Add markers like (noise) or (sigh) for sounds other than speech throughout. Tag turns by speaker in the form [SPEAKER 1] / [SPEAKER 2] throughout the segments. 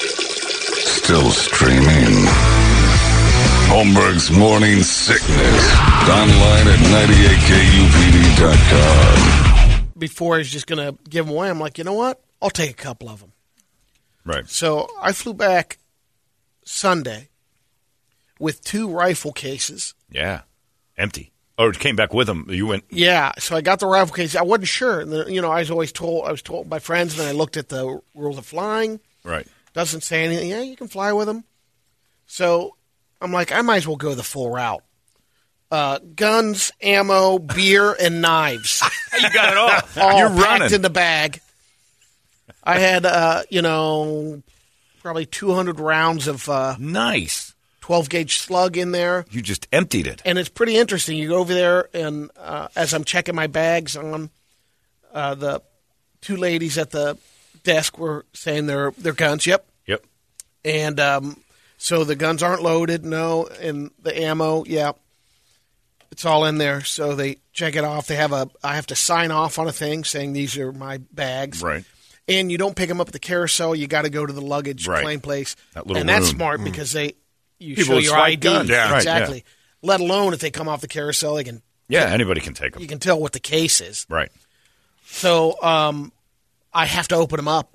[SPEAKER 1] Still streaming. Holmberg's Morning Sickness. Online at 98kupd.com.
[SPEAKER 2] before he's just going to give them away. I'm like, you know what? I'll take a couple of them.
[SPEAKER 3] Right.
[SPEAKER 2] So I flew back Sunday with two rifle cases.
[SPEAKER 3] Yeah. Empty. Or it came back with them. You went.
[SPEAKER 2] Yeah, so I got the rifle case. I wasn't sure. And the- You know, I was always told I was told by friends, and then I looked at the rules of flying.
[SPEAKER 3] Right.
[SPEAKER 2] Doesn't say anything. Yeah, you can fly with them. So I'm like, I might as well go the full route. Uh, guns, ammo, beer, and knives.
[SPEAKER 3] You got it all.
[SPEAKER 2] all
[SPEAKER 3] (laughs) You're
[SPEAKER 2] packed
[SPEAKER 3] running.
[SPEAKER 2] in the bag. I had, uh, you know, probably 200 rounds of uh,
[SPEAKER 3] nice.
[SPEAKER 2] 12 gauge slug in there.
[SPEAKER 3] You just emptied it.
[SPEAKER 2] And it's pretty interesting. You go over there, and uh, as I'm checking my bags on, uh, the two ladies at the desk were saying their, their guns. Yep.
[SPEAKER 3] Yep.
[SPEAKER 2] And um, so the guns aren't loaded, no. And the ammo, yeah. It's all in there. So they check it off. They have a, I have to sign off on a thing saying these are my bags.
[SPEAKER 3] Right.
[SPEAKER 2] and you don't pick them up at the carousel. You got to go to the luggage
[SPEAKER 3] Right.
[SPEAKER 2] claim place,
[SPEAKER 3] That little
[SPEAKER 2] and that's
[SPEAKER 3] room. Mm.
[SPEAKER 2] smart because they you
[SPEAKER 3] People
[SPEAKER 2] show
[SPEAKER 3] with
[SPEAKER 2] your
[SPEAKER 3] swipe
[SPEAKER 2] ID
[SPEAKER 3] guns. Yeah. Right, yeah.
[SPEAKER 2] exactly. Let alone if they come off the carousel, they can
[SPEAKER 3] Yeah. Anybody can take them.
[SPEAKER 2] you can tell what the case is.
[SPEAKER 3] Right.
[SPEAKER 2] So um, I have to open them up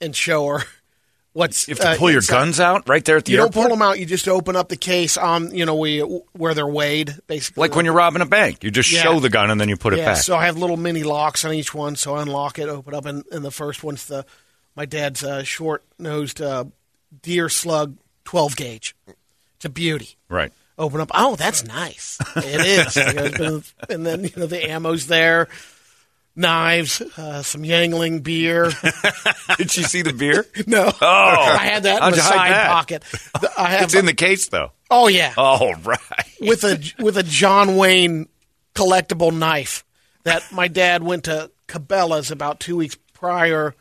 [SPEAKER 2] and show her (laughs) what's.
[SPEAKER 3] You have to
[SPEAKER 2] uh,
[SPEAKER 3] pull your
[SPEAKER 2] inside.
[SPEAKER 3] guns out right there at the
[SPEAKER 2] You don't
[SPEAKER 3] airport.
[SPEAKER 2] pull them out. You just open up the case on you know where you, where they're weighed basically.
[SPEAKER 3] Like when you're robbing a bank, you just
[SPEAKER 2] Yeah.
[SPEAKER 3] show the gun and then you put it
[SPEAKER 2] Yeah,
[SPEAKER 3] back.
[SPEAKER 2] so I have little mini locks on each one. So I unlock it, open up, and, and the first one's the my dad's uh, short nosed uh, deer slug twelve gauge. It's a beauty.
[SPEAKER 3] right.
[SPEAKER 2] Open up. Oh, that's nice. It is. You know, it's been- and then you know the ammo's there, knives, uh, some Yangling beer. (laughs)
[SPEAKER 3] Did you see (laughs) the beer?
[SPEAKER 2] No,
[SPEAKER 3] Oh,
[SPEAKER 2] I had that in
[SPEAKER 3] How'd
[SPEAKER 2] the
[SPEAKER 3] you hide
[SPEAKER 2] side
[SPEAKER 3] that?
[SPEAKER 2] pocket. The- I have.
[SPEAKER 3] It's in the case though.
[SPEAKER 2] oh yeah,
[SPEAKER 3] All right.
[SPEAKER 2] with a with a John Wayne collectible knife that my dad went to Cabela's about two weeks prior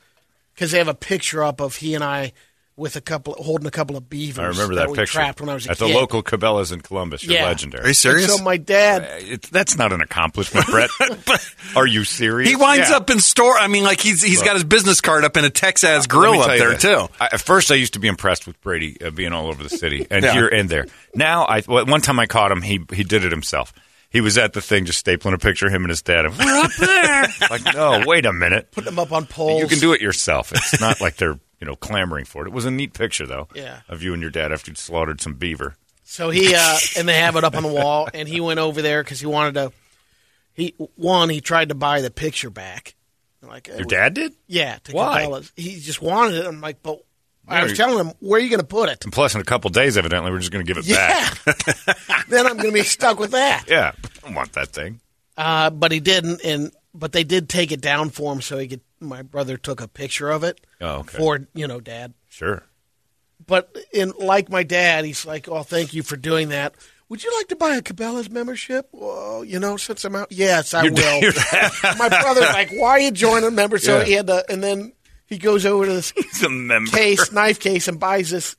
[SPEAKER 2] because they have a picture up of he and I with a couple holding a couple of beavers.
[SPEAKER 3] I remember that,
[SPEAKER 2] we
[SPEAKER 3] picture.
[SPEAKER 2] Trapped when I was a
[SPEAKER 3] at
[SPEAKER 2] kid.
[SPEAKER 3] the local Cabela's in Columbus. You're
[SPEAKER 2] Yeah.
[SPEAKER 3] legendary.
[SPEAKER 4] Are you serious?
[SPEAKER 2] So my dad,
[SPEAKER 3] It's- that's not an accomplishment, (laughs) Brett. Are you serious?
[SPEAKER 4] he winds
[SPEAKER 3] Yeah.
[SPEAKER 4] up in store. I mean, like he's he's got his business card up in a Texas
[SPEAKER 3] Let me
[SPEAKER 4] grill up
[SPEAKER 3] tell you
[SPEAKER 4] there
[SPEAKER 3] this.
[SPEAKER 4] too.
[SPEAKER 3] I, at first, I used to be impressed with Brady uh, being all over the city and
[SPEAKER 4] Yeah.
[SPEAKER 3] here and there. Now, I well, one time I caught him. He he did it himself. He was at the thing, just stapling a picture of him and his dad. And, We're up there. like, no, wait a minute.
[SPEAKER 2] putting him up on poles.
[SPEAKER 3] You can do it yourself. It's not like they're you know clamoring for it. It was a neat picture though.
[SPEAKER 2] Yeah.
[SPEAKER 3] Of you and your dad after you'd slaughtered some beaver.
[SPEAKER 2] So he
[SPEAKER 3] (laughs)
[SPEAKER 2] uh, and they have it up on the wall, and he went over there because he wanted to. He one, he tried to buy the picture back. Like
[SPEAKER 3] Your dad did.
[SPEAKER 2] yeah, to
[SPEAKER 3] Why?
[SPEAKER 2] Cabela's. He just wanted it. I'm like, but
[SPEAKER 3] Yeah,
[SPEAKER 2] I was
[SPEAKER 3] you-
[SPEAKER 2] telling him, where are you going to put it?
[SPEAKER 3] And plus, in a couple days, evidently, we're just going to give it
[SPEAKER 2] Yeah.
[SPEAKER 3] (laughs)
[SPEAKER 2] (laughs)
[SPEAKER 3] back.
[SPEAKER 2] then I'm going to be stuck with that.
[SPEAKER 3] Yeah. I don't want that thing.
[SPEAKER 2] Uh, but he didn't, and but they did take it down for him, so he could. My brother took a picture of it
[SPEAKER 3] Oh, okay.
[SPEAKER 2] for you know dad.
[SPEAKER 3] Sure.
[SPEAKER 2] But in like my dad, he's like, "Oh, thank you for doing that." Would you like to buy a Cabela's membership? Well, you know, since I'm out, yes, I
[SPEAKER 3] (laughs)
[SPEAKER 2] will. my brother's like, "Why are you joining a member?" So
[SPEAKER 3] Yeah.
[SPEAKER 2] he had to, and then he goes over to this
[SPEAKER 3] He's a member.
[SPEAKER 2] case, knife case, and buys this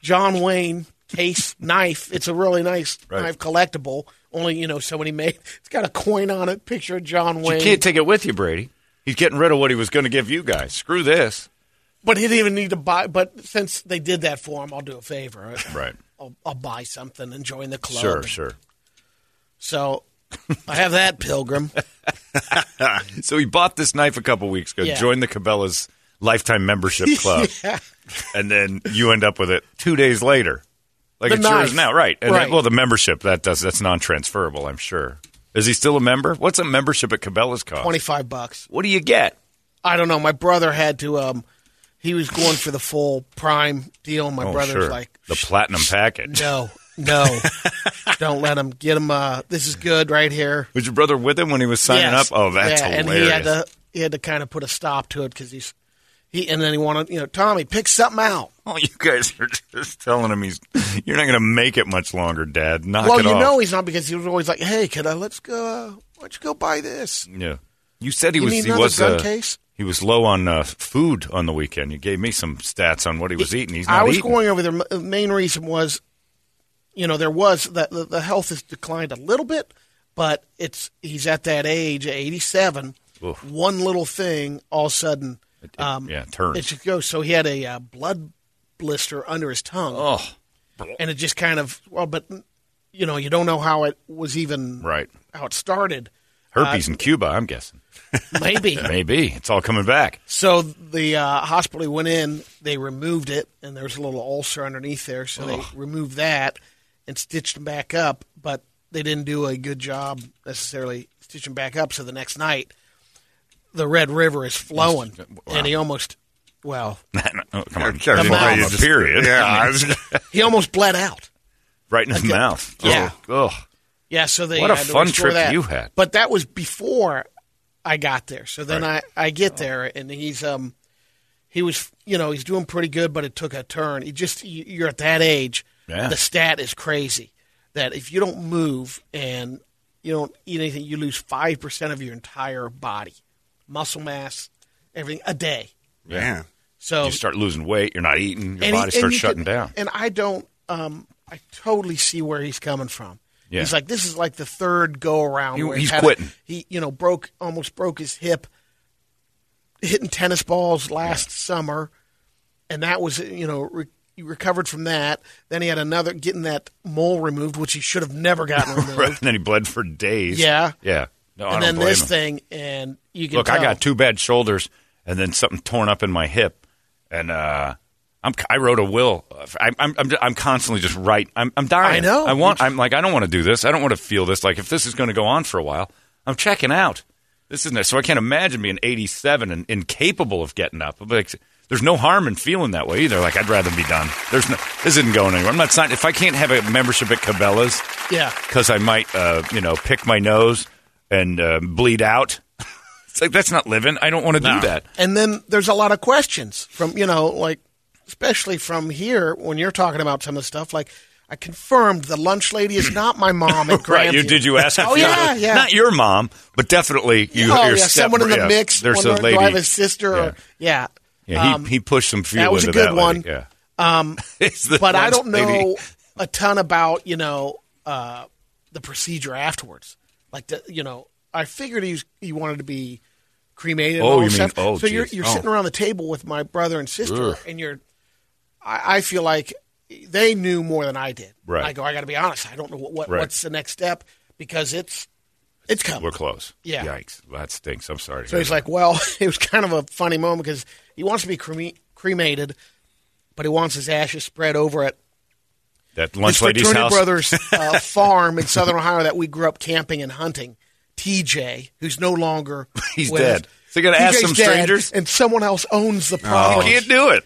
[SPEAKER 2] John Wayne case knife. It's a really nice
[SPEAKER 3] Right.
[SPEAKER 2] knife collectible. Only you know, so many made. It's got a coin on it, picture of John
[SPEAKER 3] You
[SPEAKER 2] Wayne.
[SPEAKER 3] can't take it with you, Brady. He's getting rid of what he was going to give you guys. Screw this.
[SPEAKER 2] but he didn't even need to buy. But since they did that for him, I'll do a favor.
[SPEAKER 3] Right.
[SPEAKER 2] I'll, I'll buy something and join the club.
[SPEAKER 3] Sure, sure.
[SPEAKER 2] So I have
[SPEAKER 3] (laughs)
[SPEAKER 2] that pilgrim.
[SPEAKER 3] So he bought this knife a couple weeks ago,
[SPEAKER 2] Yeah.
[SPEAKER 3] joined the Cabela's
[SPEAKER 2] (laughs)
[SPEAKER 3] lifetime membership club, and then you end up with it two days later. Like
[SPEAKER 2] The
[SPEAKER 3] it's
[SPEAKER 2] knife.
[SPEAKER 3] yours now, right? And
[SPEAKER 2] Right.
[SPEAKER 3] Then, well, the membership that does that's non-transferable. I'm sure. Is he still a member? What's a membership at Cabela's cost?
[SPEAKER 2] Twenty five bucks.
[SPEAKER 3] What do you get?
[SPEAKER 2] I don't know. My brother had to. um He was going for the full prime deal. My
[SPEAKER 3] oh,
[SPEAKER 2] brother's
[SPEAKER 3] sure.
[SPEAKER 2] like,
[SPEAKER 3] the platinum package.
[SPEAKER 2] no,
[SPEAKER 3] (laughs)
[SPEAKER 2] no, don't let him get him. Uh, this is good right here.
[SPEAKER 3] Was your brother with him when he was signing
[SPEAKER 2] Yes.
[SPEAKER 3] up? Oh, that's
[SPEAKER 2] yeah,
[SPEAKER 3] hilarious.
[SPEAKER 2] And he had to he had to kind of put a stop to it because he's he and then he wanted you know Tommy pick something out.
[SPEAKER 3] (laughs) Oh, you guys are just telling him he's you're not going to make it much longer, Dad. Knock
[SPEAKER 2] well,
[SPEAKER 3] it
[SPEAKER 2] you
[SPEAKER 3] off.
[SPEAKER 2] know he's not because he was always like, hey, can I let's go? Uh, why don't you go buy this?
[SPEAKER 3] yeah. You said he
[SPEAKER 2] You
[SPEAKER 3] was
[SPEAKER 2] need
[SPEAKER 3] he
[SPEAKER 2] another
[SPEAKER 3] was
[SPEAKER 2] gun
[SPEAKER 3] uh,
[SPEAKER 2] case?
[SPEAKER 3] he was low on uh, food on the weekend. You gave me some stats on what he was eating. He's not
[SPEAKER 2] I was
[SPEAKER 3] eating.
[SPEAKER 2] going over there. m- The main reason was, you know, there was that the, the health has declined a little bit, but it's he's at that age, eighty seven.
[SPEAKER 3] Oof.
[SPEAKER 2] One little thing, all of a sudden, um,
[SPEAKER 3] it- yeah, turns.
[SPEAKER 2] It just goes. So he had a uh, blood blister under his tongue.
[SPEAKER 3] Oh,
[SPEAKER 2] and it just kind of well, but you know, you don't know how it was even
[SPEAKER 3] Right.
[SPEAKER 2] how it started.
[SPEAKER 3] herpes in Cuba, I'm guessing. (laughs)
[SPEAKER 2] Maybe
[SPEAKER 3] Maybe it's all coming back. (laughs)
[SPEAKER 2] so. The uh, hospital he went in, they removed it, and there was a little ulcer underneath there, so they removed that and stitched him back up. But they didn't do a good job necessarily stitching back up. So the next night, the Red River is flowing, and he almost well,
[SPEAKER 3] oh, come on,
[SPEAKER 4] Come
[SPEAKER 3] Come
[SPEAKER 2] on.
[SPEAKER 3] on,
[SPEAKER 2] You
[SPEAKER 4] just-
[SPEAKER 3] period.
[SPEAKER 4] yeah,
[SPEAKER 3] I
[SPEAKER 4] I
[SPEAKER 3] mean,
[SPEAKER 2] he almost bled out.
[SPEAKER 3] (laughs) right in his mouth.
[SPEAKER 2] Yeah.
[SPEAKER 3] Oh,
[SPEAKER 2] Yeah, so they
[SPEAKER 3] What a
[SPEAKER 2] had to
[SPEAKER 3] fun
[SPEAKER 2] restore
[SPEAKER 3] trip
[SPEAKER 2] that.
[SPEAKER 3] you had.
[SPEAKER 2] But that was before I got there. So then I I get there and he's um he was you know he's doing pretty good, but it took a turn. He just you- you're at that age.
[SPEAKER 3] Yeah.
[SPEAKER 2] The stat is crazy that if you don't move and you don't eat anything, you lose five percent of your entire body, muscle mass, everything a day.
[SPEAKER 4] Yeah.
[SPEAKER 2] So
[SPEAKER 3] you start losing weight. You're not eating.
[SPEAKER 2] Oh. and
[SPEAKER 3] Your
[SPEAKER 2] he-
[SPEAKER 3] body
[SPEAKER 2] and
[SPEAKER 3] starts
[SPEAKER 2] you
[SPEAKER 3] shutting
[SPEAKER 2] can-
[SPEAKER 3] down.
[SPEAKER 2] And I don't. Um, I totally see where he's coming from.
[SPEAKER 3] Yeah.
[SPEAKER 2] He's like, this is like the third go around.
[SPEAKER 3] He-
[SPEAKER 2] where
[SPEAKER 3] he's
[SPEAKER 2] had
[SPEAKER 3] quitting.
[SPEAKER 2] A, he, you know, broke almost broke his hip hitting tennis balls last summer, and that was you know re- he recovered from that. Then he had another getting that mole removed, which he should have never
[SPEAKER 3] (laughs)
[SPEAKER 2] gotten removed.
[SPEAKER 3] and then he bled for days.
[SPEAKER 2] Yeah.
[SPEAKER 3] Yeah. No,
[SPEAKER 2] And
[SPEAKER 3] I don't
[SPEAKER 2] then
[SPEAKER 3] blame
[SPEAKER 2] this
[SPEAKER 3] him.
[SPEAKER 2] thing, and you can
[SPEAKER 3] Look, I
[SPEAKER 2] tell.
[SPEAKER 3] got two bad shoulders, and then something torn up in my hip, and uh, I'm I wrote a will. I'm I'm I'm, I'm constantly just right. I'm I'm dying.
[SPEAKER 2] I know.
[SPEAKER 3] I want. I'm like I don't want to do this. I don't want to feel this. Like if this is going to go on for a while, I'm checking out. This isn't it. So I can't imagine being 87 and incapable of getting up. But like, there's no harm in feeling that way either. Like I'd rather be done. There's no. This isn't going anywhere. I'm not signing. If I can't have a membership at Cabela's,
[SPEAKER 2] Yeah.
[SPEAKER 3] because I might, uh, you know, pick my nose and uh, bleed out. (laughs) It's like that's not living. I don't want to do that.
[SPEAKER 2] And then there's a lot of questions from, you know, like, especially from here when you're talking about some of the stuff. Like, I confirmed the lunch lady is not my mom at
[SPEAKER 3] (laughs) Right? You
[SPEAKER 2] Grandview.
[SPEAKER 3] did
[SPEAKER 2] (laughs)
[SPEAKER 3] you ask? if
[SPEAKER 2] Oh,
[SPEAKER 3] you-
[SPEAKER 2] yeah, yeah.
[SPEAKER 3] Not your mom, but definitely you.
[SPEAKER 2] oh,
[SPEAKER 3] your
[SPEAKER 2] yeah,
[SPEAKER 3] step-
[SPEAKER 2] someone in the
[SPEAKER 3] yeah,
[SPEAKER 2] mix.
[SPEAKER 3] There's a
[SPEAKER 2] wondering,
[SPEAKER 3] lady.
[SPEAKER 2] Do I have a sister?
[SPEAKER 3] Yeah,
[SPEAKER 2] Or, yeah.
[SPEAKER 3] Yeah, he,
[SPEAKER 2] Um,
[SPEAKER 3] he pushed some fuel
[SPEAKER 2] that was a
[SPEAKER 3] into
[SPEAKER 2] good
[SPEAKER 3] that
[SPEAKER 2] one.
[SPEAKER 3] Lady. Yeah.
[SPEAKER 2] Um,
[SPEAKER 3] (laughs) It's the
[SPEAKER 2] but I
[SPEAKER 3] lunch
[SPEAKER 2] don't
[SPEAKER 3] lady.
[SPEAKER 2] know a ton about, you know, uh, the procedure afterwards. Like, the, you know, I figured he, was, he wanted to be cremated. and
[SPEAKER 3] Oh,
[SPEAKER 2] all
[SPEAKER 3] you
[SPEAKER 2] this
[SPEAKER 3] mean-
[SPEAKER 2] stuff.
[SPEAKER 3] oh,
[SPEAKER 2] so you're,
[SPEAKER 3] geez.
[SPEAKER 2] you're
[SPEAKER 3] Oh.
[SPEAKER 2] sitting around the table with my brother and sister,
[SPEAKER 3] Ugh.
[SPEAKER 2] and you're I, I feel like they knew more than I did.
[SPEAKER 3] Right.
[SPEAKER 2] I go, I got to be honest. I don't know what, what
[SPEAKER 3] Right.
[SPEAKER 2] what's the next step because it's it's coming.
[SPEAKER 3] We're close.
[SPEAKER 2] Yeah.
[SPEAKER 3] Yikes! Well, that stinks. I'm sorry. to
[SPEAKER 2] So
[SPEAKER 3] hear
[SPEAKER 2] he's
[SPEAKER 3] that.
[SPEAKER 2] like, well, (laughs) it was kind of a funny moment because he wants to be creme- cremated, but he wants his ashes spread over at
[SPEAKER 3] that
[SPEAKER 2] his
[SPEAKER 3] lunch lady's
[SPEAKER 2] fraternity
[SPEAKER 3] house. (laughs)
[SPEAKER 2] brother's uh, farm in southern Ohio that we grew up camping and hunting. TJ, who's no longer
[SPEAKER 3] (laughs) He's
[SPEAKER 2] with
[SPEAKER 3] dead.
[SPEAKER 2] us.
[SPEAKER 3] So you gotta ask
[SPEAKER 2] TJ's
[SPEAKER 3] some
[SPEAKER 2] dead,
[SPEAKER 3] strangers? Oh,
[SPEAKER 2] and someone else owns the property.
[SPEAKER 3] Can't do it.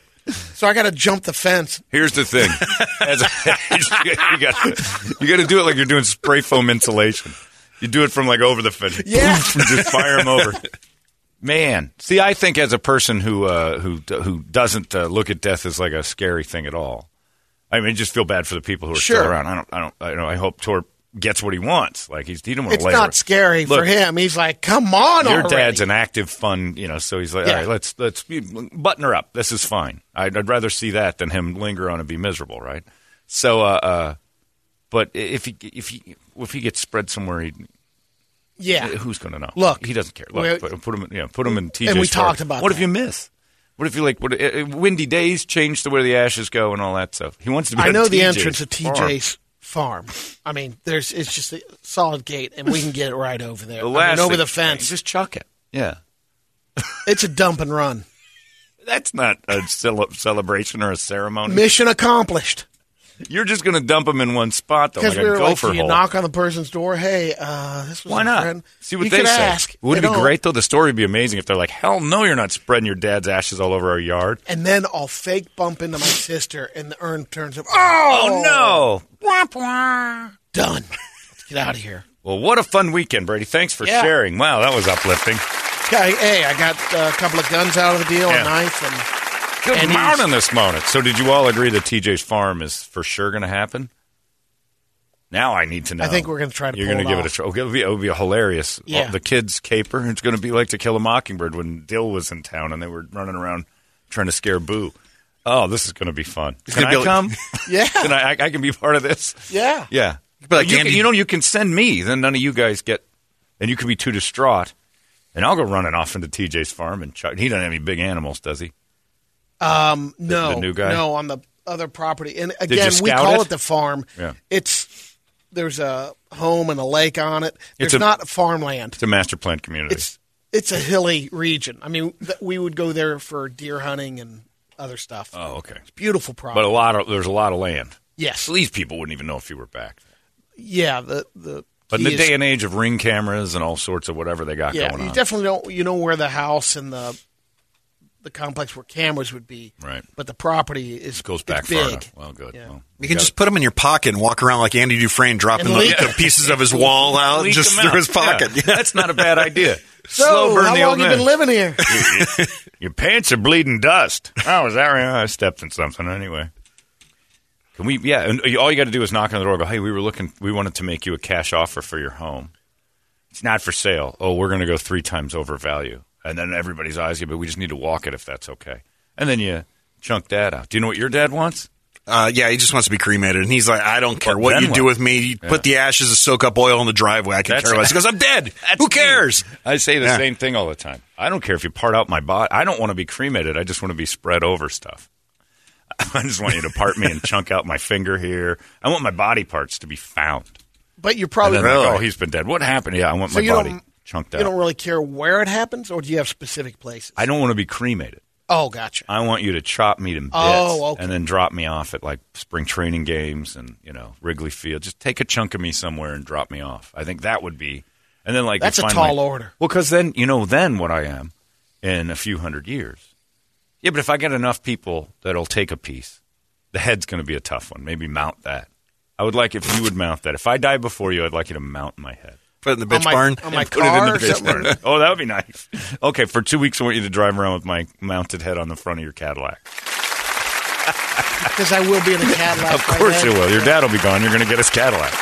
[SPEAKER 2] So I got to jump the fence.
[SPEAKER 3] Here's the thing. As a- (laughs) you got you got to do it like you're doing spray foam insulation. You do it from like over the fence.
[SPEAKER 2] Yeah.
[SPEAKER 3] Poof, just fire them over. Man, see, I think as a person who uh, who who doesn't uh, look at death as like a scary thing at all. I mean, just feel bad for the people who are
[SPEAKER 2] Sure.
[SPEAKER 3] still around. I don't, I don't, I, don't, I hope Tor gets what he wants. Like he's, he don't want
[SPEAKER 2] It's
[SPEAKER 3] to lay.
[SPEAKER 2] not scary for
[SPEAKER 3] Oh, Look,
[SPEAKER 2] him. He's like, come on,
[SPEAKER 3] Your
[SPEAKER 2] already.
[SPEAKER 3] dad's an active, fun, you know. So he's like,
[SPEAKER 2] Yeah.
[SPEAKER 3] all right, let's let's button her up. This is fine. I'd, I'd rather see that than him linger on and be miserable, right? So, uh, uh but i- if he if he if he gets spread somewhere, he,
[SPEAKER 2] yeah.
[SPEAKER 3] (laughs) who's going to know?
[SPEAKER 2] Look,
[SPEAKER 3] he doesn't care.
[SPEAKER 2] we're-
[SPEAKER 3] Look, put, put him, in- yeah, put him in TJ's.
[SPEAKER 2] we
[SPEAKER 3] park.
[SPEAKER 2] talked about
[SPEAKER 3] what if
[SPEAKER 2] that.
[SPEAKER 3] you miss? What if you like? What, uh, windy days change to where the ashes go and all that stuff. He wants to be.
[SPEAKER 2] I
[SPEAKER 3] at
[SPEAKER 2] know the
[SPEAKER 3] TJ's
[SPEAKER 2] entrance of
[SPEAKER 3] farm.
[SPEAKER 2] TJ's farm. I mean, there's it's just a solid gate, and we can get it right over there. I
[SPEAKER 3] The
[SPEAKER 2] mean,
[SPEAKER 3] last
[SPEAKER 2] over
[SPEAKER 3] thing-
[SPEAKER 2] the fence.
[SPEAKER 3] Just chuck it. Yeah.
[SPEAKER 2] It's a dump and run.
[SPEAKER 3] That's not a cele- celebration or a ceremony.
[SPEAKER 2] Mission accomplished.
[SPEAKER 3] You're just going to dump them in one spot, though, like
[SPEAKER 2] Because we
[SPEAKER 3] a
[SPEAKER 2] were like,
[SPEAKER 3] gopher
[SPEAKER 2] so you
[SPEAKER 3] hole.
[SPEAKER 2] knock on the person's door. Hey, uh, this was
[SPEAKER 3] Why
[SPEAKER 2] a
[SPEAKER 3] not?
[SPEAKER 2] friend.
[SPEAKER 3] See what
[SPEAKER 2] you
[SPEAKER 3] they
[SPEAKER 2] could
[SPEAKER 3] say.
[SPEAKER 2] Ask.
[SPEAKER 3] Would it
[SPEAKER 2] They
[SPEAKER 3] be
[SPEAKER 2] don't.
[SPEAKER 3] great though? The story would be amazing if they're like, "Hell no, you're not spreading your dad's ashes all over our yard."
[SPEAKER 2] And then I'll fake bump into my sister, and the urn turns up.
[SPEAKER 3] Oh,
[SPEAKER 2] Oh,
[SPEAKER 3] no! Womp womp.
[SPEAKER 2] Done. Let's get out of here.
[SPEAKER 3] Well, what a fun weekend, Brady. Thanks for
[SPEAKER 2] Yeah.
[SPEAKER 3] sharing. Wow, that was uplifting.
[SPEAKER 2] Okay, hey, I got uh, a couple of guns out of the deal,
[SPEAKER 3] Yeah.
[SPEAKER 2] a knife, and
[SPEAKER 3] Good
[SPEAKER 2] And he's-
[SPEAKER 3] morning this morning. So, did you all agree that TJ's farm is for sure going to happen? Now I need to know.
[SPEAKER 2] I think we're gonna try to
[SPEAKER 3] You're
[SPEAKER 2] pull
[SPEAKER 3] gonna
[SPEAKER 2] it
[SPEAKER 3] give it a
[SPEAKER 2] off.
[SPEAKER 3] try. It'll be, it'll be a hilarious. oh,
[SPEAKER 2] Yeah.
[SPEAKER 3] The kids caper. It's going to be like To Kill a Mockingbird when Dill was in town and they were running around trying to scare Boo. Oh, this is going to be fun. Can
[SPEAKER 4] gonna
[SPEAKER 3] I
[SPEAKER 4] be like- (laughs)
[SPEAKER 3] come?
[SPEAKER 2] Yeah.
[SPEAKER 3] (laughs) Can I, I? I can be part of this.
[SPEAKER 2] yeah.
[SPEAKER 3] Yeah.
[SPEAKER 4] But like
[SPEAKER 3] you, can-
[SPEAKER 4] Andy-
[SPEAKER 3] you know, you can send me. Then none of you guys get, and you could be too distraught, and I'll go running off into TJ's farm and Chuck. He doesn't have any big animals, does he?
[SPEAKER 2] Um, no,
[SPEAKER 3] the new guy?
[SPEAKER 2] No, on the other property. And
[SPEAKER 3] you
[SPEAKER 2] again, we
[SPEAKER 3] scout
[SPEAKER 2] call
[SPEAKER 3] it?
[SPEAKER 2] it? the farm.
[SPEAKER 3] Yeah.
[SPEAKER 2] It's there's a home and a lake on it. There's
[SPEAKER 3] a-
[SPEAKER 2] not farmland.
[SPEAKER 3] It's a master planned community.
[SPEAKER 2] It's it's a hilly region. I mean, th- we would go there for deer hunting and other stuff.
[SPEAKER 3] oh, okay.
[SPEAKER 2] Beautiful
[SPEAKER 3] But
[SPEAKER 2] property.
[SPEAKER 3] a lot of there's a lot of land.
[SPEAKER 2] yes.
[SPEAKER 3] So these people wouldn't even know if you were back.
[SPEAKER 2] Yeah. The the.
[SPEAKER 3] But in
[SPEAKER 2] key
[SPEAKER 3] the
[SPEAKER 2] is-
[SPEAKER 3] day and age of ring cameras and all sorts of whatever they got
[SPEAKER 2] yeah,
[SPEAKER 3] going
[SPEAKER 2] you
[SPEAKER 3] on,
[SPEAKER 2] definitely don't. You know where the house and the the complex where cameras would be.
[SPEAKER 3] Right.
[SPEAKER 2] But the property is
[SPEAKER 3] it goes
[SPEAKER 2] it's
[SPEAKER 3] back
[SPEAKER 2] big.
[SPEAKER 3] far enough. Well, good.
[SPEAKER 2] Yeah.
[SPEAKER 3] Well,
[SPEAKER 4] You can
[SPEAKER 3] got
[SPEAKER 4] just put them in your pocket and walk around like Andy Dufresne, dropping
[SPEAKER 2] And
[SPEAKER 4] the,
[SPEAKER 2] leak-
[SPEAKER 4] the pieces of his wall out
[SPEAKER 3] Leak
[SPEAKER 4] just
[SPEAKER 3] them
[SPEAKER 4] through
[SPEAKER 3] out.
[SPEAKER 4] his pocket. (laughs)
[SPEAKER 3] Yeah. That's not a bad idea.
[SPEAKER 2] So,
[SPEAKER 3] Slow burn
[SPEAKER 2] how
[SPEAKER 3] the
[SPEAKER 2] long
[SPEAKER 3] old
[SPEAKER 2] you
[SPEAKER 3] man.
[SPEAKER 2] been living
[SPEAKER 3] (laughs)
[SPEAKER 2] here?
[SPEAKER 3] Your pants are bleeding dust. Oh, is that right? I stepped in something anyway. Can we? Yeah, and you- all you got to do is knock on the door. and Go, hey, we were looking. We wanted to make you a cash offer for your home. It's not for sale. Oh, we're going to go three times over value, and then everybody's eyes. Yeah, but we just need to walk it if that's okay. And then you chunk that out. Do you know what your dad wants?
[SPEAKER 4] Uh, yeah, he just wants to be cremated, and he's like, I don't care
[SPEAKER 3] But
[SPEAKER 4] what
[SPEAKER 3] then
[SPEAKER 4] you do
[SPEAKER 3] what?
[SPEAKER 4] with me. You Put the ashes to soak up oil in the driveway. I can
[SPEAKER 3] That's-
[SPEAKER 4] care less because
[SPEAKER 3] (laughs)
[SPEAKER 4] I'm (laughs) dead. Who cares?
[SPEAKER 3] I say the
[SPEAKER 4] Yeah.
[SPEAKER 3] same thing all the time. I don't care if you part out my body. I don't want to be cremated. I just want to be spread over stuff. (laughs) I just want you to part
[SPEAKER 2] (laughs)
[SPEAKER 3] me and chunk out my finger here. I want my body parts to be found.
[SPEAKER 2] But you're
[SPEAKER 3] And
[SPEAKER 2] probably
[SPEAKER 3] then, like, oh, he's been dead. What happened? Yeah, I want
[SPEAKER 2] So
[SPEAKER 3] my
[SPEAKER 2] you
[SPEAKER 3] body
[SPEAKER 2] don't-
[SPEAKER 3] chunked
[SPEAKER 2] You
[SPEAKER 3] out.
[SPEAKER 2] don't really care where it happens, or do you have specific places?
[SPEAKER 3] I don't want to be cremated.
[SPEAKER 2] oh, gotcha.
[SPEAKER 3] I want you to chop me to bits
[SPEAKER 2] Oh, okay.
[SPEAKER 3] and then drop me off at like spring training games and you know Wrigley Field. Just take a chunk of me somewhere and drop me off. I think that would be, and then like you
[SPEAKER 2] That's a
[SPEAKER 3] find
[SPEAKER 2] tall
[SPEAKER 3] my-
[SPEAKER 2] order.
[SPEAKER 3] Well, because then you know then what I am in a few hundred years. Yeah, but if I get enough people that'll take a piece, the head's going to be a tough one. Maybe mount that. I would like if you would mount that. If I die before you, I'd like you to mount my head.
[SPEAKER 4] Put it in the bitch
[SPEAKER 2] on my,
[SPEAKER 4] barn.
[SPEAKER 2] on my
[SPEAKER 4] and put it in
[SPEAKER 2] car
[SPEAKER 4] the
[SPEAKER 2] or
[SPEAKER 4] bitch
[SPEAKER 2] something.
[SPEAKER 4] barn.
[SPEAKER 3] (laughs) oh, that would be nice. Okay, for two weeks, I want you to drive around with my mounted head on the front of your Cadillac.
[SPEAKER 2] Because I will be in
[SPEAKER 3] (laughs)
[SPEAKER 2] a Cadillac.
[SPEAKER 3] Of
[SPEAKER 2] by
[SPEAKER 3] course
[SPEAKER 2] then.
[SPEAKER 3] you will. Your dad will be gone. You're going to get
[SPEAKER 2] (laughs)
[SPEAKER 3] his Cadillac.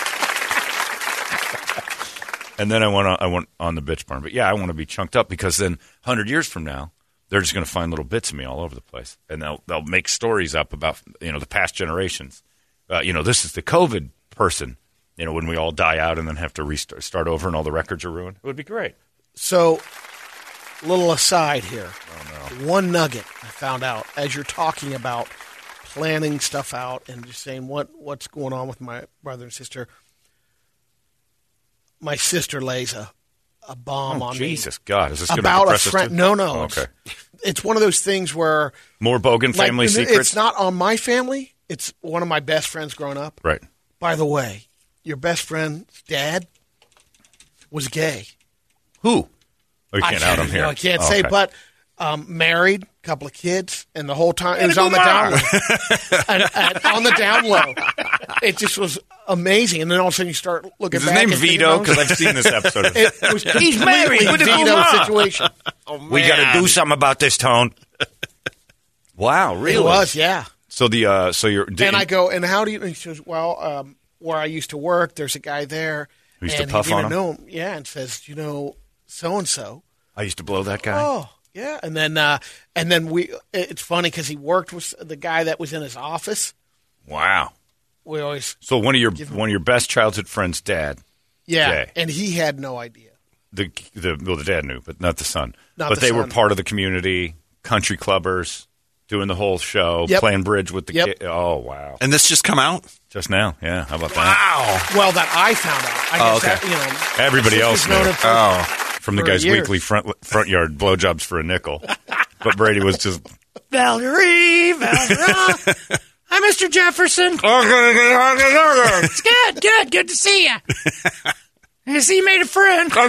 [SPEAKER 3] and then I want on, I want on the bitch barn. But yeah, I want to be chunked up because then 100 years from now, they're just going to find little bits of me all over the place, and they'll they'll make stories up about you know the past generations. Uh, you know, this is the COVID person. You know, when we all die out and then have to restart start over, and all the records are ruined. It would be great.
[SPEAKER 2] So, little aside here.
[SPEAKER 3] Oh,
[SPEAKER 2] One nugget I found out as you're talking about planning stuff out and just saying what what's going on with my brother and sister. My sister lays a, a bomb on me.
[SPEAKER 3] Oh, Jesus God, is this going to
[SPEAKER 2] About a
[SPEAKER 3] depress us
[SPEAKER 2] friend?
[SPEAKER 3] too?
[SPEAKER 2] No, no.
[SPEAKER 3] Oh,
[SPEAKER 2] it's-
[SPEAKER 3] okay.
[SPEAKER 2] It's one of those things where
[SPEAKER 3] More Bogan
[SPEAKER 2] like,
[SPEAKER 3] family
[SPEAKER 2] it's
[SPEAKER 3] secrets.
[SPEAKER 2] It's not on my family. It's one of my best friends growing up.
[SPEAKER 3] right.
[SPEAKER 2] By the way, your best friend's dad was gay.
[SPEAKER 3] Who? Oh, you can't
[SPEAKER 2] I
[SPEAKER 3] out
[SPEAKER 2] can't,
[SPEAKER 3] him here.
[SPEAKER 2] no, I can't
[SPEAKER 3] Oh,
[SPEAKER 2] say,
[SPEAKER 3] okay.
[SPEAKER 2] but um, married, couple of kids, and the whole time it was
[SPEAKER 3] go
[SPEAKER 2] on the down
[SPEAKER 3] mom.
[SPEAKER 2] low. (laughs) and, and on the down low, it just was amazing. And then all of a sudden, you start looking.
[SPEAKER 3] Is his
[SPEAKER 2] back
[SPEAKER 3] name
[SPEAKER 2] and thinking,
[SPEAKER 3] Vito?
[SPEAKER 2] oh,
[SPEAKER 3] Because I've seen this episode. (laughs) of-
[SPEAKER 2] it was he's married.
[SPEAKER 3] What did
[SPEAKER 2] Vito
[SPEAKER 3] go on?
[SPEAKER 2] situation.
[SPEAKER 3] we got to do something about this tone. (laughs) wow, really?
[SPEAKER 2] It was, yeah.
[SPEAKER 3] So the uh, so you're
[SPEAKER 2] and I go, and how do you? And he says, well, um, where I used to work, there's a guy there.
[SPEAKER 3] Who used to
[SPEAKER 2] and
[SPEAKER 3] puff
[SPEAKER 2] he didn't
[SPEAKER 3] on him?
[SPEAKER 2] Know him. Yeah, and says, you know, so and so.
[SPEAKER 3] I used to blow that guy.
[SPEAKER 2] Oh, yeah. And then, uh, and then we. It's funny because he worked with the guy that was in his office.
[SPEAKER 3] Wow.
[SPEAKER 2] We always,
[SPEAKER 3] So one of your one of your best childhood friends' dad,
[SPEAKER 2] yeah.
[SPEAKER 3] Okay.
[SPEAKER 2] And he had no idea.
[SPEAKER 3] the the well, the dad knew, but not the son.
[SPEAKER 2] Not
[SPEAKER 3] but
[SPEAKER 2] the
[SPEAKER 3] they were
[SPEAKER 2] son.
[SPEAKER 3] part of the community, country clubbers, doing the whole show,
[SPEAKER 2] Yep.
[SPEAKER 3] playing bridge with the
[SPEAKER 2] Yep.
[SPEAKER 3] kid. Oh wow!
[SPEAKER 4] And this just come out?
[SPEAKER 3] Just now, yeah. How about
[SPEAKER 2] Ah!
[SPEAKER 3] that?
[SPEAKER 4] Ow.
[SPEAKER 2] Well, that I found out. I
[SPEAKER 4] Oh,
[SPEAKER 2] guess
[SPEAKER 4] okay.
[SPEAKER 2] that, you know,
[SPEAKER 3] Everybody
[SPEAKER 2] my
[SPEAKER 3] else
[SPEAKER 2] sister's known
[SPEAKER 3] knew.
[SPEAKER 2] him for-
[SPEAKER 4] Oh.
[SPEAKER 3] from the
[SPEAKER 2] For
[SPEAKER 3] guy's
[SPEAKER 2] years.
[SPEAKER 3] weekly front front yard blowjobs for a nickel. But Brady was just
[SPEAKER 2] Valerie, Valerie. Hi, Mr. Jefferson. It's good, good, good to see you. I see you made a friend.
[SPEAKER 5] Hey,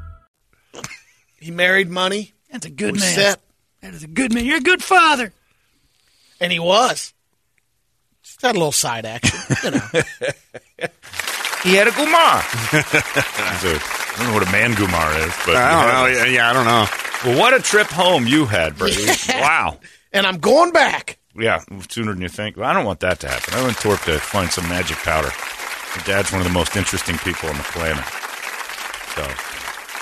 [SPEAKER 2] He married money.
[SPEAKER 6] That's a good
[SPEAKER 2] We
[SPEAKER 6] man.
[SPEAKER 2] set.
[SPEAKER 6] That is a good man. You're a good father.
[SPEAKER 2] And he was. Just had a little side action, you know.
[SPEAKER 3] He had a Gumar. (laughs) He's a- I don't know what a man Gumar is, but
[SPEAKER 4] I don't know. Yeah, yeah, I don't know.
[SPEAKER 3] Well, what a trip home you had,
[SPEAKER 4] (laughs)
[SPEAKER 3] Brady. Wow.
[SPEAKER 2] and I'm going back.
[SPEAKER 3] Yeah, sooner than you think. I don't want that to happen. I went to Torp to find some magic powder. Your dad's one of the most interesting people on the planet. So,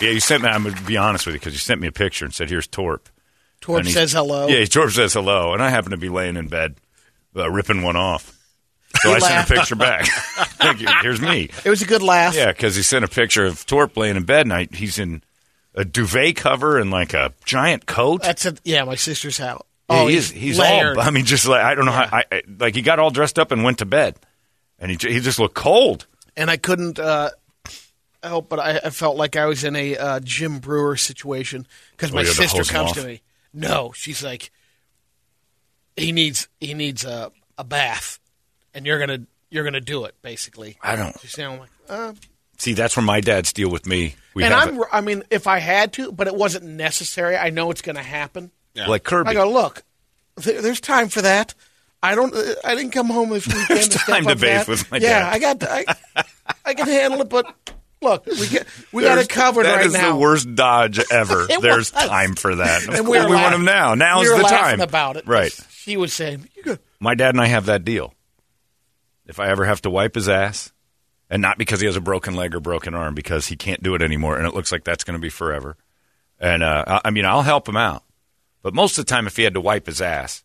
[SPEAKER 3] yeah, you sent me. I'm gonna be honest with you because you sent me a picture and said, "Here's Torp."
[SPEAKER 2] Torp
[SPEAKER 3] And he-
[SPEAKER 2] says
[SPEAKER 4] Oh.
[SPEAKER 2] hello.
[SPEAKER 3] Yeah, Torp says hello, and I happen to be laying in bed, uh, ripping one off. So I sent a picture
[SPEAKER 4] (laughs)
[SPEAKER 3] back. Thank you. Here's me.
[SPEAKER 2] It was a good laugh.
[SPEAKER 3] Yeah, because he sent a picture of Torp laying in bed, and I, he's in a duvet cover and like a giant coat.
[SPEAKER 2] That's a, yeah, my sister's house. Oh,
[SPEAKER 3] Yeah, he is. He's
[SPEAKER 2] layered.
[SPEAKER 3] all. I mean, just like I don't know how. I, I, like he got all dressed up and went to bed, and he ju- he just looked cold.
[SPEAKER 2] and I couldn't uh, help but I, I felt like I was in a uh, Jim Brewer situation because my
[SPEAKER 3] Oh, you had to
[SPEAKER 2] sister
[SPEAKER 3] hose him
[SPEAKER 2] comes
[SPEAKER 3] off?
[SPEAKER 2] to me. No, she's like, he needs he needs a a bath, and you're gonna you're gonna do it basically.
[SPEAKER 3] I don't
[SPEAKER 2] She's saying I'm like, uh,
[SPEAKER 3] see. That's where my dad's deal with me. We
[SPEAKER 2] and
[SPEAKER 3] have
[SPEAKER 2] I'm
[SPEAKER 3] it.
[SPEAKER 2] I mean, if I had to, but it wasn't necessary. I know it's gonna happen.
[SPEAKER 3] like Kirby.
[SPEAKER 2] I go look, th- there's time for that. I don't. uh, I didn't come home this weekend.
[SPEAKER 3] There's
[SPEAKER 2] to step
[SPEAKER 3] time to
[SPEAKER 2] up
[SPEAKER 3] bathe
[SPEAKER 2] that.
[SPEAKER 3] with my
[SPEAKER 2] yeah,
[SPEAKER 3] dad.
[SPEAKER 2] I got. I, I can handle it, but look, we get we got
[SPEAKER 3] There's-
[SPEAKER 2] it covered
[SPEAKER 3] That
[SPEAKER 2] right
[SPEAKER 3] is
[SPEAKER 2] now.
[SPEAKER 3] the
[SPEAKER 2] (laughs)
[SPEAKER 3] worst dodge ever.
[SPEAKER 2] It was.
[SPEAKER 3] There's time for that. Of
[SPEAKER 2] And
[SPEAKER 3] course
[SPEAKER 2] we're
[SPEAKER 3] we want
[SPEAKER 2] laugh-
[SPEAKER 3] him now. Now
[SPEAKER 2] we
[SPEAKER 3] is
[SPEAKER 2] were
[SPEAKER 3] the
[SPEAKER 2] laughing
[SPEAKER 3] time
[SPEAKER 2] About it,
[SPEAKER 3] Right.
[SPEAKER 2] She was saying, "You go-
[SPEAKER 3] My dad and I have that deal. If I ever have to wipe his ass, and not because he has a broken leg or broken arm, because he can't do it anymore, and it looks like that's going to be forever. And uh, I, I mean, I'll help him out, but most of the time, if he had to wipe his ass,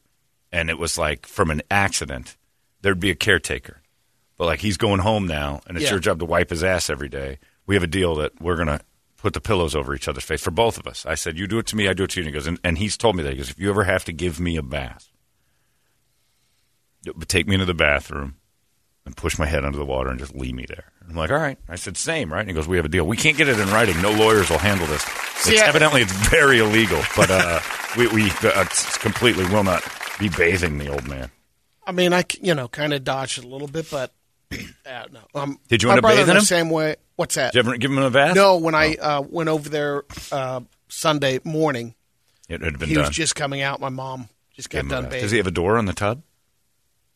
[SPEAKER 3] and it was like from an accident, there'd be a caretaker. But like he's going home now, and it's
[SPEAKER 2] Yeah.
[SPEAKER 3] your job to wipe his ass every day. We have a deal that we're gonna put the pillows over each other's face for both of us. I said, "You do it to me, I do it to you." And he goes, and, and he's told me that he goes, "If you ever have to give me a bath, but take me into the bathroom and push my head under the water and just leave me there. I'm like, all right. I said, same, right? And he goes, we have a deal. We can't get it in writing. No lawyers will handle this. It's,
[SPEAKER 2] See, I-
[SPEAKER 3] evidently, it's very illegal, but uh, (laughs) we, we uh, it's completely will not be bathing the old man.
[SPEAKER 2] I mean, I c- you know kind of dodged it a little bit, but (clears throat) uh, no." Um,
[SPEAKER 3] Did you
[SPEAKER 2] my
[SPEAKER 3] end up
[SPEAKER 2] brother
[SPEAKER 3] bathing
[SPEAKER 2] the
[SPEAKER 3] him?
[SPEAKER 2] Same way. What's that?
[SPEAKER 3] Did you ever Oh. give him a bath?
[SPEAKER 2] no, when I uh, went over there uh, Sunday morning,
[SPEAKER 3] It had been
[SPEAKER 2] he
[SPEAKER 3] done.
[SPEAKER 2] was just coming out. My mom just
[SPEAKER 3] Give
[SPEAKER 2] got
[SPEAKER 3] him a
[SPEAKER 2] done
[SPEAKER 3] bath.
[SPEAKER 2] bathing.
[SPEAKER 3] Does he have a door on the tub?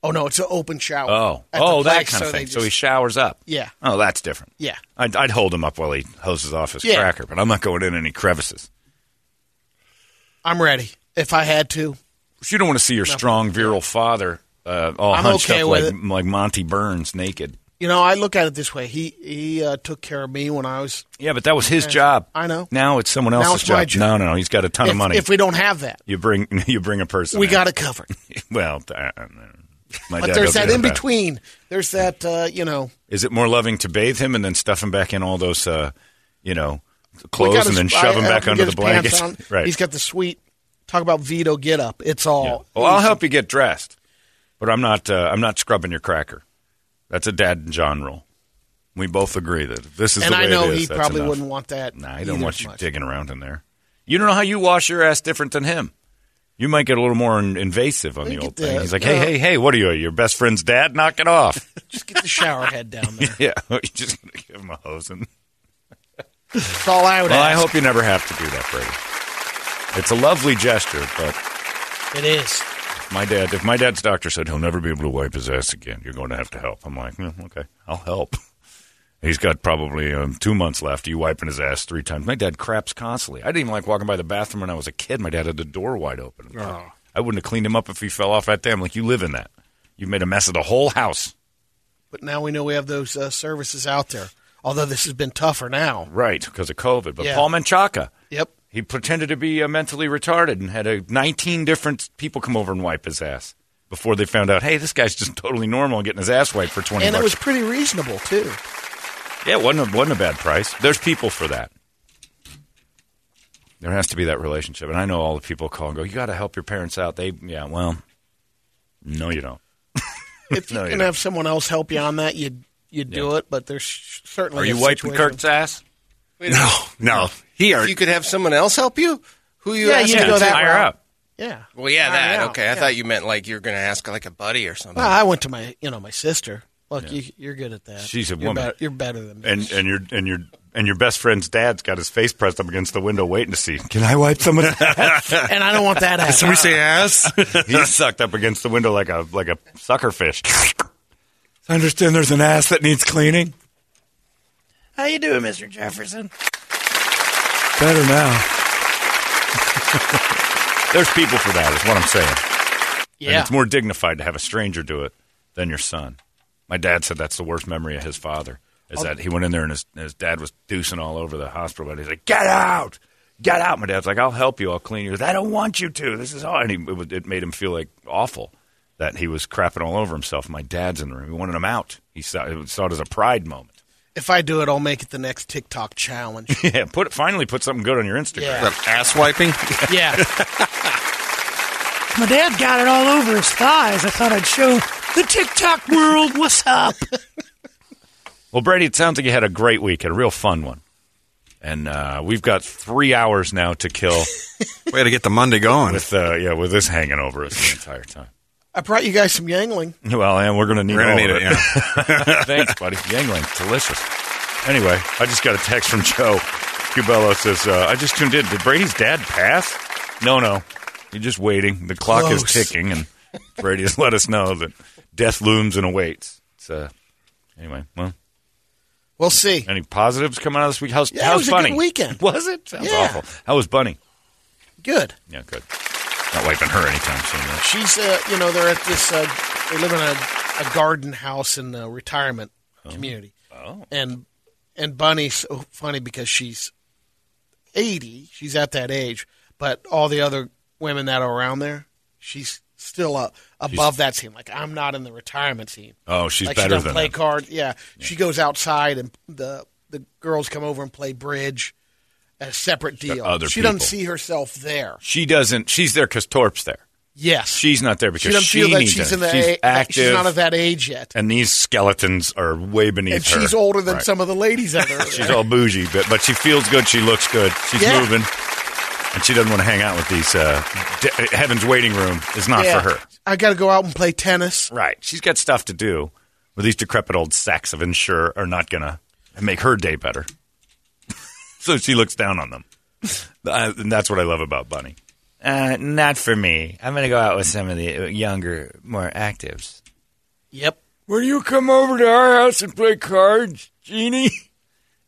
[SPEAKER 2] oh no, it's an open shower.
[SPEAKER 3] Oh,
[SPEAKER 2] At the
[SPEAKER 3] oh, that
[SPEAKER 2] place,
[SPEAKER 3] kind of
[SPEAKER 2] they
[SPEAKER 3] thing. So
[SPEAKER 2] just-
[SPEAKER 3] he showers up.
[SPEAKER 2] Yeah.
[SPEAKER 3] Oh, that's different.
[SPEAKER 2] Yeah.
[SPEAKER 3] I'd, I'd hold him up while he hoses off his
[SPEAKER 2] Yeah.
[SPEAKER 3] cracker, but I'm not going in any crevices.
[SPEAKER 2] I'm ready. If I had to,
[SPEAKER 3] you don't want to see your strong virile father uh, all
[SPEAKER 2] I'm
[SPEAKER 3] hunched
[SPEAKER 2] okay
[SPEAKER 3] up
[SPEAKER 2] with
[SPEAKER 3] like, like Monty Burns naked.
[SPEAKER 2] you know, I look at it this way. He he uh, took care of me when I was.
[SPEAKER 3] Yeah, but that was his job.
[SPEAKER 2] I know.
[SPEAKER 3] Now it's someone
[SPEAKER 2] Now
[SPEAKER 3] else's
[SPEAKER 2] it's my
[SPEAKER 3] job.
[SPEAKER 2] job.
[SPEAKER 3] No, no, no. He's got a ton
[SPEAKER 2] If,
[SPEAKER 3] of money.
[SPEAKER 2] if we don't have that,
[SPEAKER 3] you bring (laughs) you bring a person.
[SPEAKER 2] we
[SPEAKER 3] in.
[SPEAKER 2] got it covered.
[SPEAKER 3] Well, I don't know. my
[SPEAKER 2] But
[SPEAKER 3] dad
[SPEAKER 2] there's
[SPEAKER 3] doesn't
[SPEAKER 2] that
[SPEAKER 3] have
[SPEAKER 2] in between. There's that uh, you know.
[SPEAKER 3] Is it more loving to bathe him and then stuff him back in all those, uh, you know, clothes
[SPEAKER 2] We got
[SPEAKER 3] and then
[SPEAKER 2] his-
[SPEAKER 3] shove him
[SPEAKER 2] I- I
[SPEAKER 3] back
[SPEAKER 2] helped
[SPEAKER 3] under
[SPEAKER 2] get
[SPEAKER 3] the
[SPEAKER 2] his pants
[SPEAKER 3] blanket?
[SPEAKER 2] on.
[SPEAKER 3] (laughs) Right.
[SPEAKER 2] He's got the sweet. Talk about Vito get up. It's all.
[SPEAKER 3] Yeah. Well, I'll help you get dressed, but I'm not. Uh, I'm not scrubbing your cracker. That's a dad and John rule. We both agree that if this is
[SPEAKER 2] and
[SPEAKER 3] the way
[SPEAKER 2] I know
[SPEAKER 3] it is.
[SPEAKER 2] he
[SPEAKER 3] that's
[SPEAKER 2] probably
[SPEAKER 3] enough.
[SPEAKER 2] wouldn't want that.
[SPEAKER 3] Nah, I don't
[SPEAKER 2] either
[SPEAKER 3] want you
[SPEAKER 2] much.
[SPEAKER 3] digging around in there. You don't know how you wash your ass different than him. You might get a little more in- invasive on
[SPEAKER 2] Look
[SPEAKER 3] the
[SPEAKER 2] at
[SPEAKER 3] old thing.
[SPEAKER 2] that.
[SPEAKER 3] He's like, hey,
[SPEAKER 2] Yeah.
[SPEAKER 3] hey, hey, what are you, your best friend's dad? Knock
[SPEAKER 2] (laughs)
[SPEAKER 3] it off.
[SPEAKER 2] Just get the shower head
[SPEAKER 3] (laughs)
[SPEAKER 2] down there.
[SPEAKER 3] yeah, you just gonna give him a hosing.
[SPEAKER 2] That's all I would
[SPEAKER 3] Well, I
[SPEAKER 2] ask.
[SPEAKER 3] hope you never have to do that, Brady. It's a lovely gesture, but
[SPEAKER 2] it is.
[SPEAKER 3] my dad, if my dad's doctor said he'll never be able to wipe his ass again, you're going to have to help. I'm like, "Mm, okay, I'll help. (laughs) He's got probably um, two months left. You wiping his ass three times. My dad craps constantly. I didn't even like walking by the bathroom when I was a kid. My dad had the door wide open.
[SPEAKER 2] Oh.
[SPEAKER 3] I wouldn't have cleaned him up if he fell off that day. I'm like, you live in that. You've made a mess of the whole house.
[SPEAKER 2] But now we know we have those uh, services out there. Although this has been tougher now.
[SPEAKER 3] Right, because of COVID. But
[SPEAKER 2] Yeah.
[SPEAKER 3] Paul Menchaca,
[SPEAKER 2] Yep.
[SPEAKER 3] He pretended to be uh, mentally retarded and had uh, 19 different people come over and wipe his ass before they found out, hey, this guy's just totally normal and getting his ass wiped for 20
[SPEAKER 2] and it
[SPEAKER 3] bucks.
[SPEAKER 2] was pretty reasonable
[SPEAKER 3] (laughs)
[SPEAKER 2] too.
[SPEAKER 3] yeah, it wasn't a, wasn't a bad price. There's people for that. There has to be that relationship. And I know all the people call and go, you got to help your parents out. They, yeah, well, no, you don't.
[SPEAKER 2] If you
[SPEAKER 3] No, you
[SPEAKER 2] can
[SPEAKER 3] don't.
[SPEAKER 2] have someone else help you on that, you'd you'd do it. But there's sh- certainly
[SPEAKER 3] Are you
[SPEAKER 2] a
[SPEAKER 3] wiping
[SPEAKER 2] situation-
[SPEAKER 3] Kurt's ass?
[SPEAKER 4] No, no. He are.
[SPEAKER 7] If you could have someone else help you, who you?
[SPEAKER 2] Yeah,
[SPEAKER 7] ask
[SPEAKER 2] you
[SPEAKER 7] to
[SPEAKER 2] could go
[SPEAKER 7] do
[SPEAKER 2] that
[SPEAKER 3] higher
[SPEAKER 2] route.
[SPEAKER 3] up.
[SPEAKER 2] Yeah.
[SPEAKER 7] Well,
[SPEAKER 4] Oh,
[SPEAKER 7] yeah,
[SPEAKER 2] Hire
[SPEAKER 7] that.
[SPEAKER 2] out,
[SPEAKER 7] Okay, I thought you meant like you were going to ask like a buddy or something.
[SPEAKER 2] Well, I went to my you know my sister. Look, you, you're good at that.
[SPEAKER 3] She's a
[SPEAKER 2] You're
[SPEAKER 3] woman.
[SPEAKER 2] bet- you're better than me.
[SPEAKER 3] and and your and your and your best friend's dad's got his face pressed up against the window, waiting to see. Can I wipe someone?
[SPEAKER 2] and I don't want
[SPEAKER 3] (laughs)
[SPEAKER 2] that ass.
[SPEAKER 4] somebody say ass.
[SPEAKER 3] He's sucked up against the window like a like a sucker fish. I understand there's an ass that needs cleaning.
[SPEAKER 6] How you doing, Mr. Jefferson?
[SPEAKER 3] Better now. there's people for that. Is what I'm saying. And
[SPEAKER 2] yeah.
[SPEAKER 3] it's more dignified to have a stranger do it than your son. My dad said that's the worst memory of his father.
[SPEAKER 2] Oh.
[SPEAKER 3] Is that he went in there and his, his dad was deucing all over the hospital, and he's like, "Get out, get out!" My dad's like, "I'll help you, I'll clean you." He goes, I don't want you to. This is all, and he, it, was- it made him feel like awful that he was crapping all over himself. My dad's in the room. He wanted him out. He saw, he saw it as a pride moment. (laughs)
[SPEAKER 2] if I do it, I'll make it the next TikTok challenge.
[SPEAKER 3] Yeah, put finally put something good on your Instagram.
[SPEAKER 2] Yeah.
[SPEAKER 4] ass wiping.
[SPEAKER 2] yeah.
[SPEAKER 6] My dad got it all over his thighs. I thought I'd show the TikTok world what's up.
[SPEAKER 3] (laughs) Well, Brady, it sounds like you had a great week, a real fun one, and uh, we've got three hours now to (laughs) kill
[SPEAKER 4] (laughs) Way to get the Monday going.
[SPEAKER 3] with uh, yeah with this hanging over us the entire time.
[SPEAKER 2] I brought you guys some Yangling.
[SPEAKER 3] Well, and we're gonna need
[SPEAKER 4] We're gonna
[SPEAKER 3] all
[SPEAKER 4] need
[SPEAKER 3] of
[SPEAKER 4] it. Yeah.
[SPEAKER 3] Thanks, buddy. Yangling, delicious. Anyway, I just got a text from Joe. Cubello says, uh, I just tuned in. Did Brady's dad pass? No, no. You're just waiting. The clock is
[SPEAKER 2] Close.
[SPEAKER 3] ticking, and Brady has let us know that death looms and awaits. It's, uh, anyway, well,
[SPEAKER 2] We'll see.
[SPEAKER 3] any positives coming out of this week? How's,
[SPEAKER 2] Yeah, it
[SPEAKER 3] how's
[SPEAKER 2] was a good
[SPEAKER 3] Bunny?
[SPEAKER 2] weekend.
[SPEAKER 3] Was it? Sounds
[SPEAKER 2] Yeah.
[SPEAKER 3] awful. How was Bunny?
[SPEAKER 2] Good.
[SPEAKER 3] Yeah, good. Not wiping her anytime soon. though.
[SPEAKER 2] She's, uh, you know, they're at this, uh, they live in a, a garden house in a retirement community. Oh. And, and Bunny's so funny because she's 80. She's at that age. But all the other women that are around there, she's still uh, above that scene. Like, I'm not in the retirement scene.
[SPEAKER 3] Oh, she's
[SPEAKER 2] like she
[SPEAKER 3] better
[SPEAKER 2] doesn't
[SPEAKER 3] than
[SPEAKER 2] play
[SPEAKER 3] them.
[SPEAKER 2] cards. Yeah. she goes outside and the the girls come over and play bridge, a separate deal.
[SPEAKER 3] other
[SPEAKER 2] she doesn't
[SPEAKER 3] people.
[SPEAKER 2] see herself there.
[SPEAKER 3] She doesn't. She's there because Torp's there.
[SPEAKER 2] Yes,
[SPEAKER 3] She's not there
[SPEAKER 2] she
[SPEAKER 3] because
[SPEAKER 2] doesn't
[SPEAKER 3] she,
[SPEAKER 2] feel that
[SPEAKER 3] needs
[SPEAKER 2] she's
[SPEAKER 3] her.
[SPEAKER 2] in the
[SPEAKER 3] she's
[SPEAKER 2] a- that-
[SPEAKER 3] active.
[SPEAKER 2] She's not at that age yet,
[SPEAKER 3] and these skeletons are way beneath
[SPEAKER 2] and
[SPEAKER 3] her.
[SPEAKER 2] she's older than
[SPEAKER 3] Right.
[SPEAKER 2] some of the ladies that are.
[SPEAKER 3] (laughs) She's
[SPEAKER 2] there.
[SPEAKER 3] all bougie, but but she feels good. She looks good. She's
[SPEAKER 2] Yeah.
[SPEAKER 3] moving, and she doesn't want to hang out with these. Uh, de- Heaven's waiting room is not
[SPEAKER 2] Yeah.
[SPEAKER 3] for her.
[SPEAKER 2] I got to go out and play tennis.
[SPEAKER 3] Right? She's got stuff to do. Where these decrepit old sacks of insure are not gonna make her day better. (laughs) so she looks down on them, (laughs) Uh, and that's what I love about Bunny. Uh, not for me. I'm gonna go out with some of the younger, more actives.
[SPEAKER 2] Yep.
[SPEAKER 3] Will you come over to our house and play cards, Jeannie?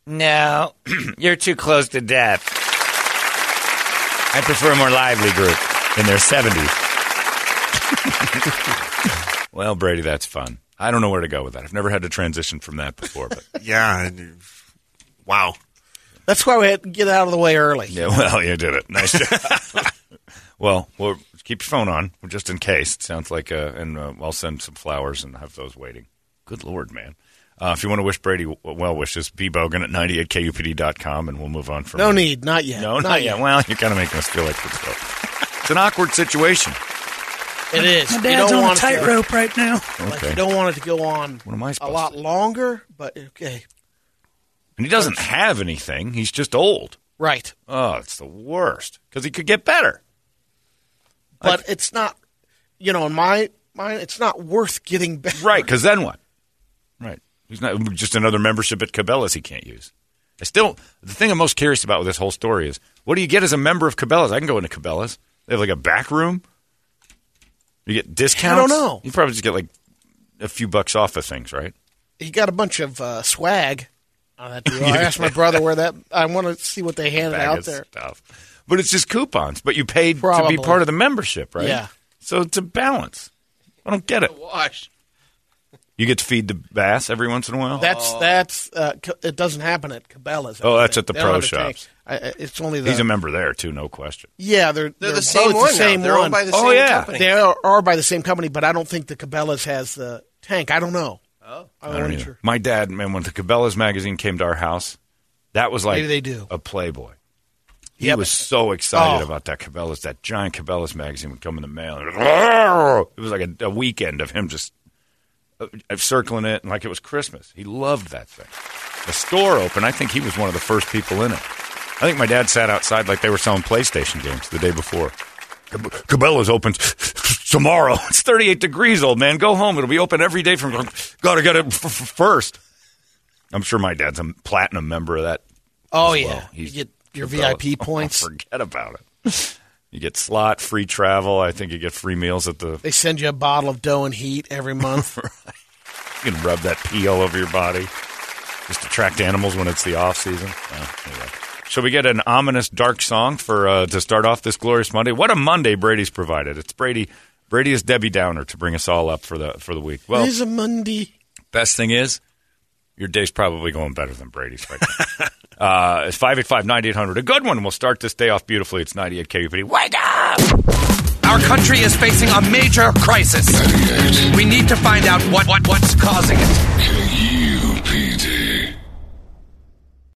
[SPEAKER 3] No, (clears throat) you're too close to death. I prefer a more lively group in their 70s. (laughs) well, Brady, that's fun. I don't know where to go with that. I've never had to transition from that before, but
[SPEAKER 4] (laughs) yeah. and- Wow.
[SPEAKER 2] That's why we had to get out of the way early.
[SPEAKER 3] yeah, (laughs) well, you did it. Nice job. (laughs) well, we'll keep your phone on just in case. It sounds like, uh, and uh, I'll send some flowers and have those waiting. Good Lord, man. Uh, if you want to wish Brady w- well wishes, be Bogan at 98kupd.com and we'll move on from
[SPEAKER 2] No
[SPEAKER 3] there.
[SPEAKER 2] need. Not yet.
[SPEAKER 3] No, not, yet. Well, you're kind of making us feel like we're still. It's an awkward situation.
[SPEAKER 2] It is.
[SPEAKER 6] My
[SPEAKER 2] you
[SPEAKER 6] dad's on
[SPEAKER 2] don't
[SPEAKER 6] a
[SPEAKER 2] want it to-
[SPEAKER 6] tightrope right now.
[SPEAKER 2] Like, you don't want it to go on
[SPEAKER 3] What am I
[SPEAKER 2] a
[SPEAKER 3] supposed
[SPEAKER 2] lot
[SPEAKER 3] to
[SPEAKER 2] longer, but okay.
[SPEAKER 3] And he doesn't have anything. He's just old.
[SPEAKER 2] Right.
[SPEAKER 3] Oh, it's the worst because he could get better.
[SPEAKER 2] but it's not you know in my mind it's not worth getting better
[SPEAKER 3] Right, because then what? Right. He's not just another membership at Cabela's he can't use. I still, the thing I'm most curious about with this whole story is what do you get as a member of Cabela's? I can go into Cabela's. They have like a back room. You get discounts.
[SPEAKER 2] know.
[SPEAKER 3] You probably just get like a few bucks off of things, right?
[SPEAKER 2] he got a bunch of uh,
[SPEAKER 3] (laughs)
[SPEAKER 2] swag on that deal. i asked my brother where that i want to see what they handed
[SPEAKER 3] Bag
[SPEAKER 2] out
[SPEAKER 3] of
[SPEAKER 2] there
[SPEAKER 3] stuff. But it's just coupons. But you paid
[SPEAKER 2] Probably.
[SPEAKER 3] to be part of the membership, right?
[SPEAKER 2] Yeah.
[SPEAKER 3] So it's a balance. I don't get it.
[SPEAKER 7] Wash.
[SPEAKER 3] You get to feed the bass every once in a while.
[SPEAKER 2] That's that's uh, co- it doesn't happen at Cabela's. I
[SPEAKER 3] Oh,
[SPEAKER 2] don't
[SPEAKER 3] that's
[SPEAKER 2] think.
[SPEAKER 3] at the
[SPEAKER 2] They don't
[SPEAKER 3] pro
[SPEAKER 2] have a tank.
[SPEAKER 3] shops.
[SPEAKER 2] I, I- it's only the
[SPEAKER 3] He's a member there too, no question.
[SPEAKER 2] Yeah, they're
[SPEAKER 7] They're the same
[SPEAKER 2] both
[SPEAKER 7] one
[SPEAKER 2] The
[SPEAKER 7] now.
[SPEAKER 2] same
[SPEAKER 7] They're owned
[SPEAKER 2] one.
[SPEAKER 7] by the
[SPEAKER 3] Oh,
[SPEAKER 7] same
[SPEAKER 3] yeah.
[SPEAKER 7] company.
[SPEAKER 2] They are, are by the same company, but I don't think the Cabela's has the tank. I don't know. Oh,
[SPEAKER 3] I
[SPEAKER 2] I'm
[SPEAKER 3] don't
[SPEAKER 2] not
[SPEAKER 3] either.
[SPEAKER 2] sure.
[SPEAKER 3] My dad, man, when the Cabela's magazine came to our house, that was like
[SPEAKER 2] Maybe they do.
[SPEAKER 3] a Playboy. He
[SPEAKER 2] Yep.
[SPEAKER 3] was so excited
[SPEAKER 2] Oh.
[SPEAKER 3] about that Cabela's, that giant Cabela's magazine would come in the mail. It was like a, a weekend of him just uh, uh, circling it, and like it was Christmas. He loved that thing. The store opened. I think he was one of the first people in it. I think my dad sat outside like they were selling PlayStation games the day before. Cab- Cabela's opens (laughs) tomorrow. (laughs) It's 38 degrees, old man. Go home. It'll be open every day from. Gotta get it f- f- first. I'm sure my dad's a platinum member of that.
[SPEAKER 2] Oh
[SPEAKER 3] as
[SPEAKER 2] yeah,
[SPEAKER 3] well.
[SPEAKER 2] you
[SPEAKER 3] He's
[SPEAKER 2] get your
[SPEAKER 3] Cabela's. (laughs) Oh,
[SPEAKER 2] VIP points.
[SPEAKER 3] forget about it. You get slot, free travel. I think you get free meals at the.
[SPEAKER 2] They send you a bottle of dough and heat
[SPEAKER 3] (laughs)
[SPEAKER 2] every month.
[SPEAKER 3] You can rub that pee all over your body. Just attract animals when it's the off season. Uh, anyway. Shall we get an ominous dark song for uh, to start off this glorious Monday? What a Monday Brady's provided. It's Brady. Brady is Debbie Downer to bring us all up for the for the week. Well,
[SPEAKER 2] It's a Monday.
[SPEAKER 3] Best thing is, your day's probably going better than Brady's right
[SPEAKER 2] (laughs)
[SPEAKER 3] now. uh, it's 585 9800. A good one. We'll start this day off beautifully. It's 98 KUPD. Wake up!
[SPEAKER 8] Our country is facing a major crisis. We need to find out what, what what's causing it.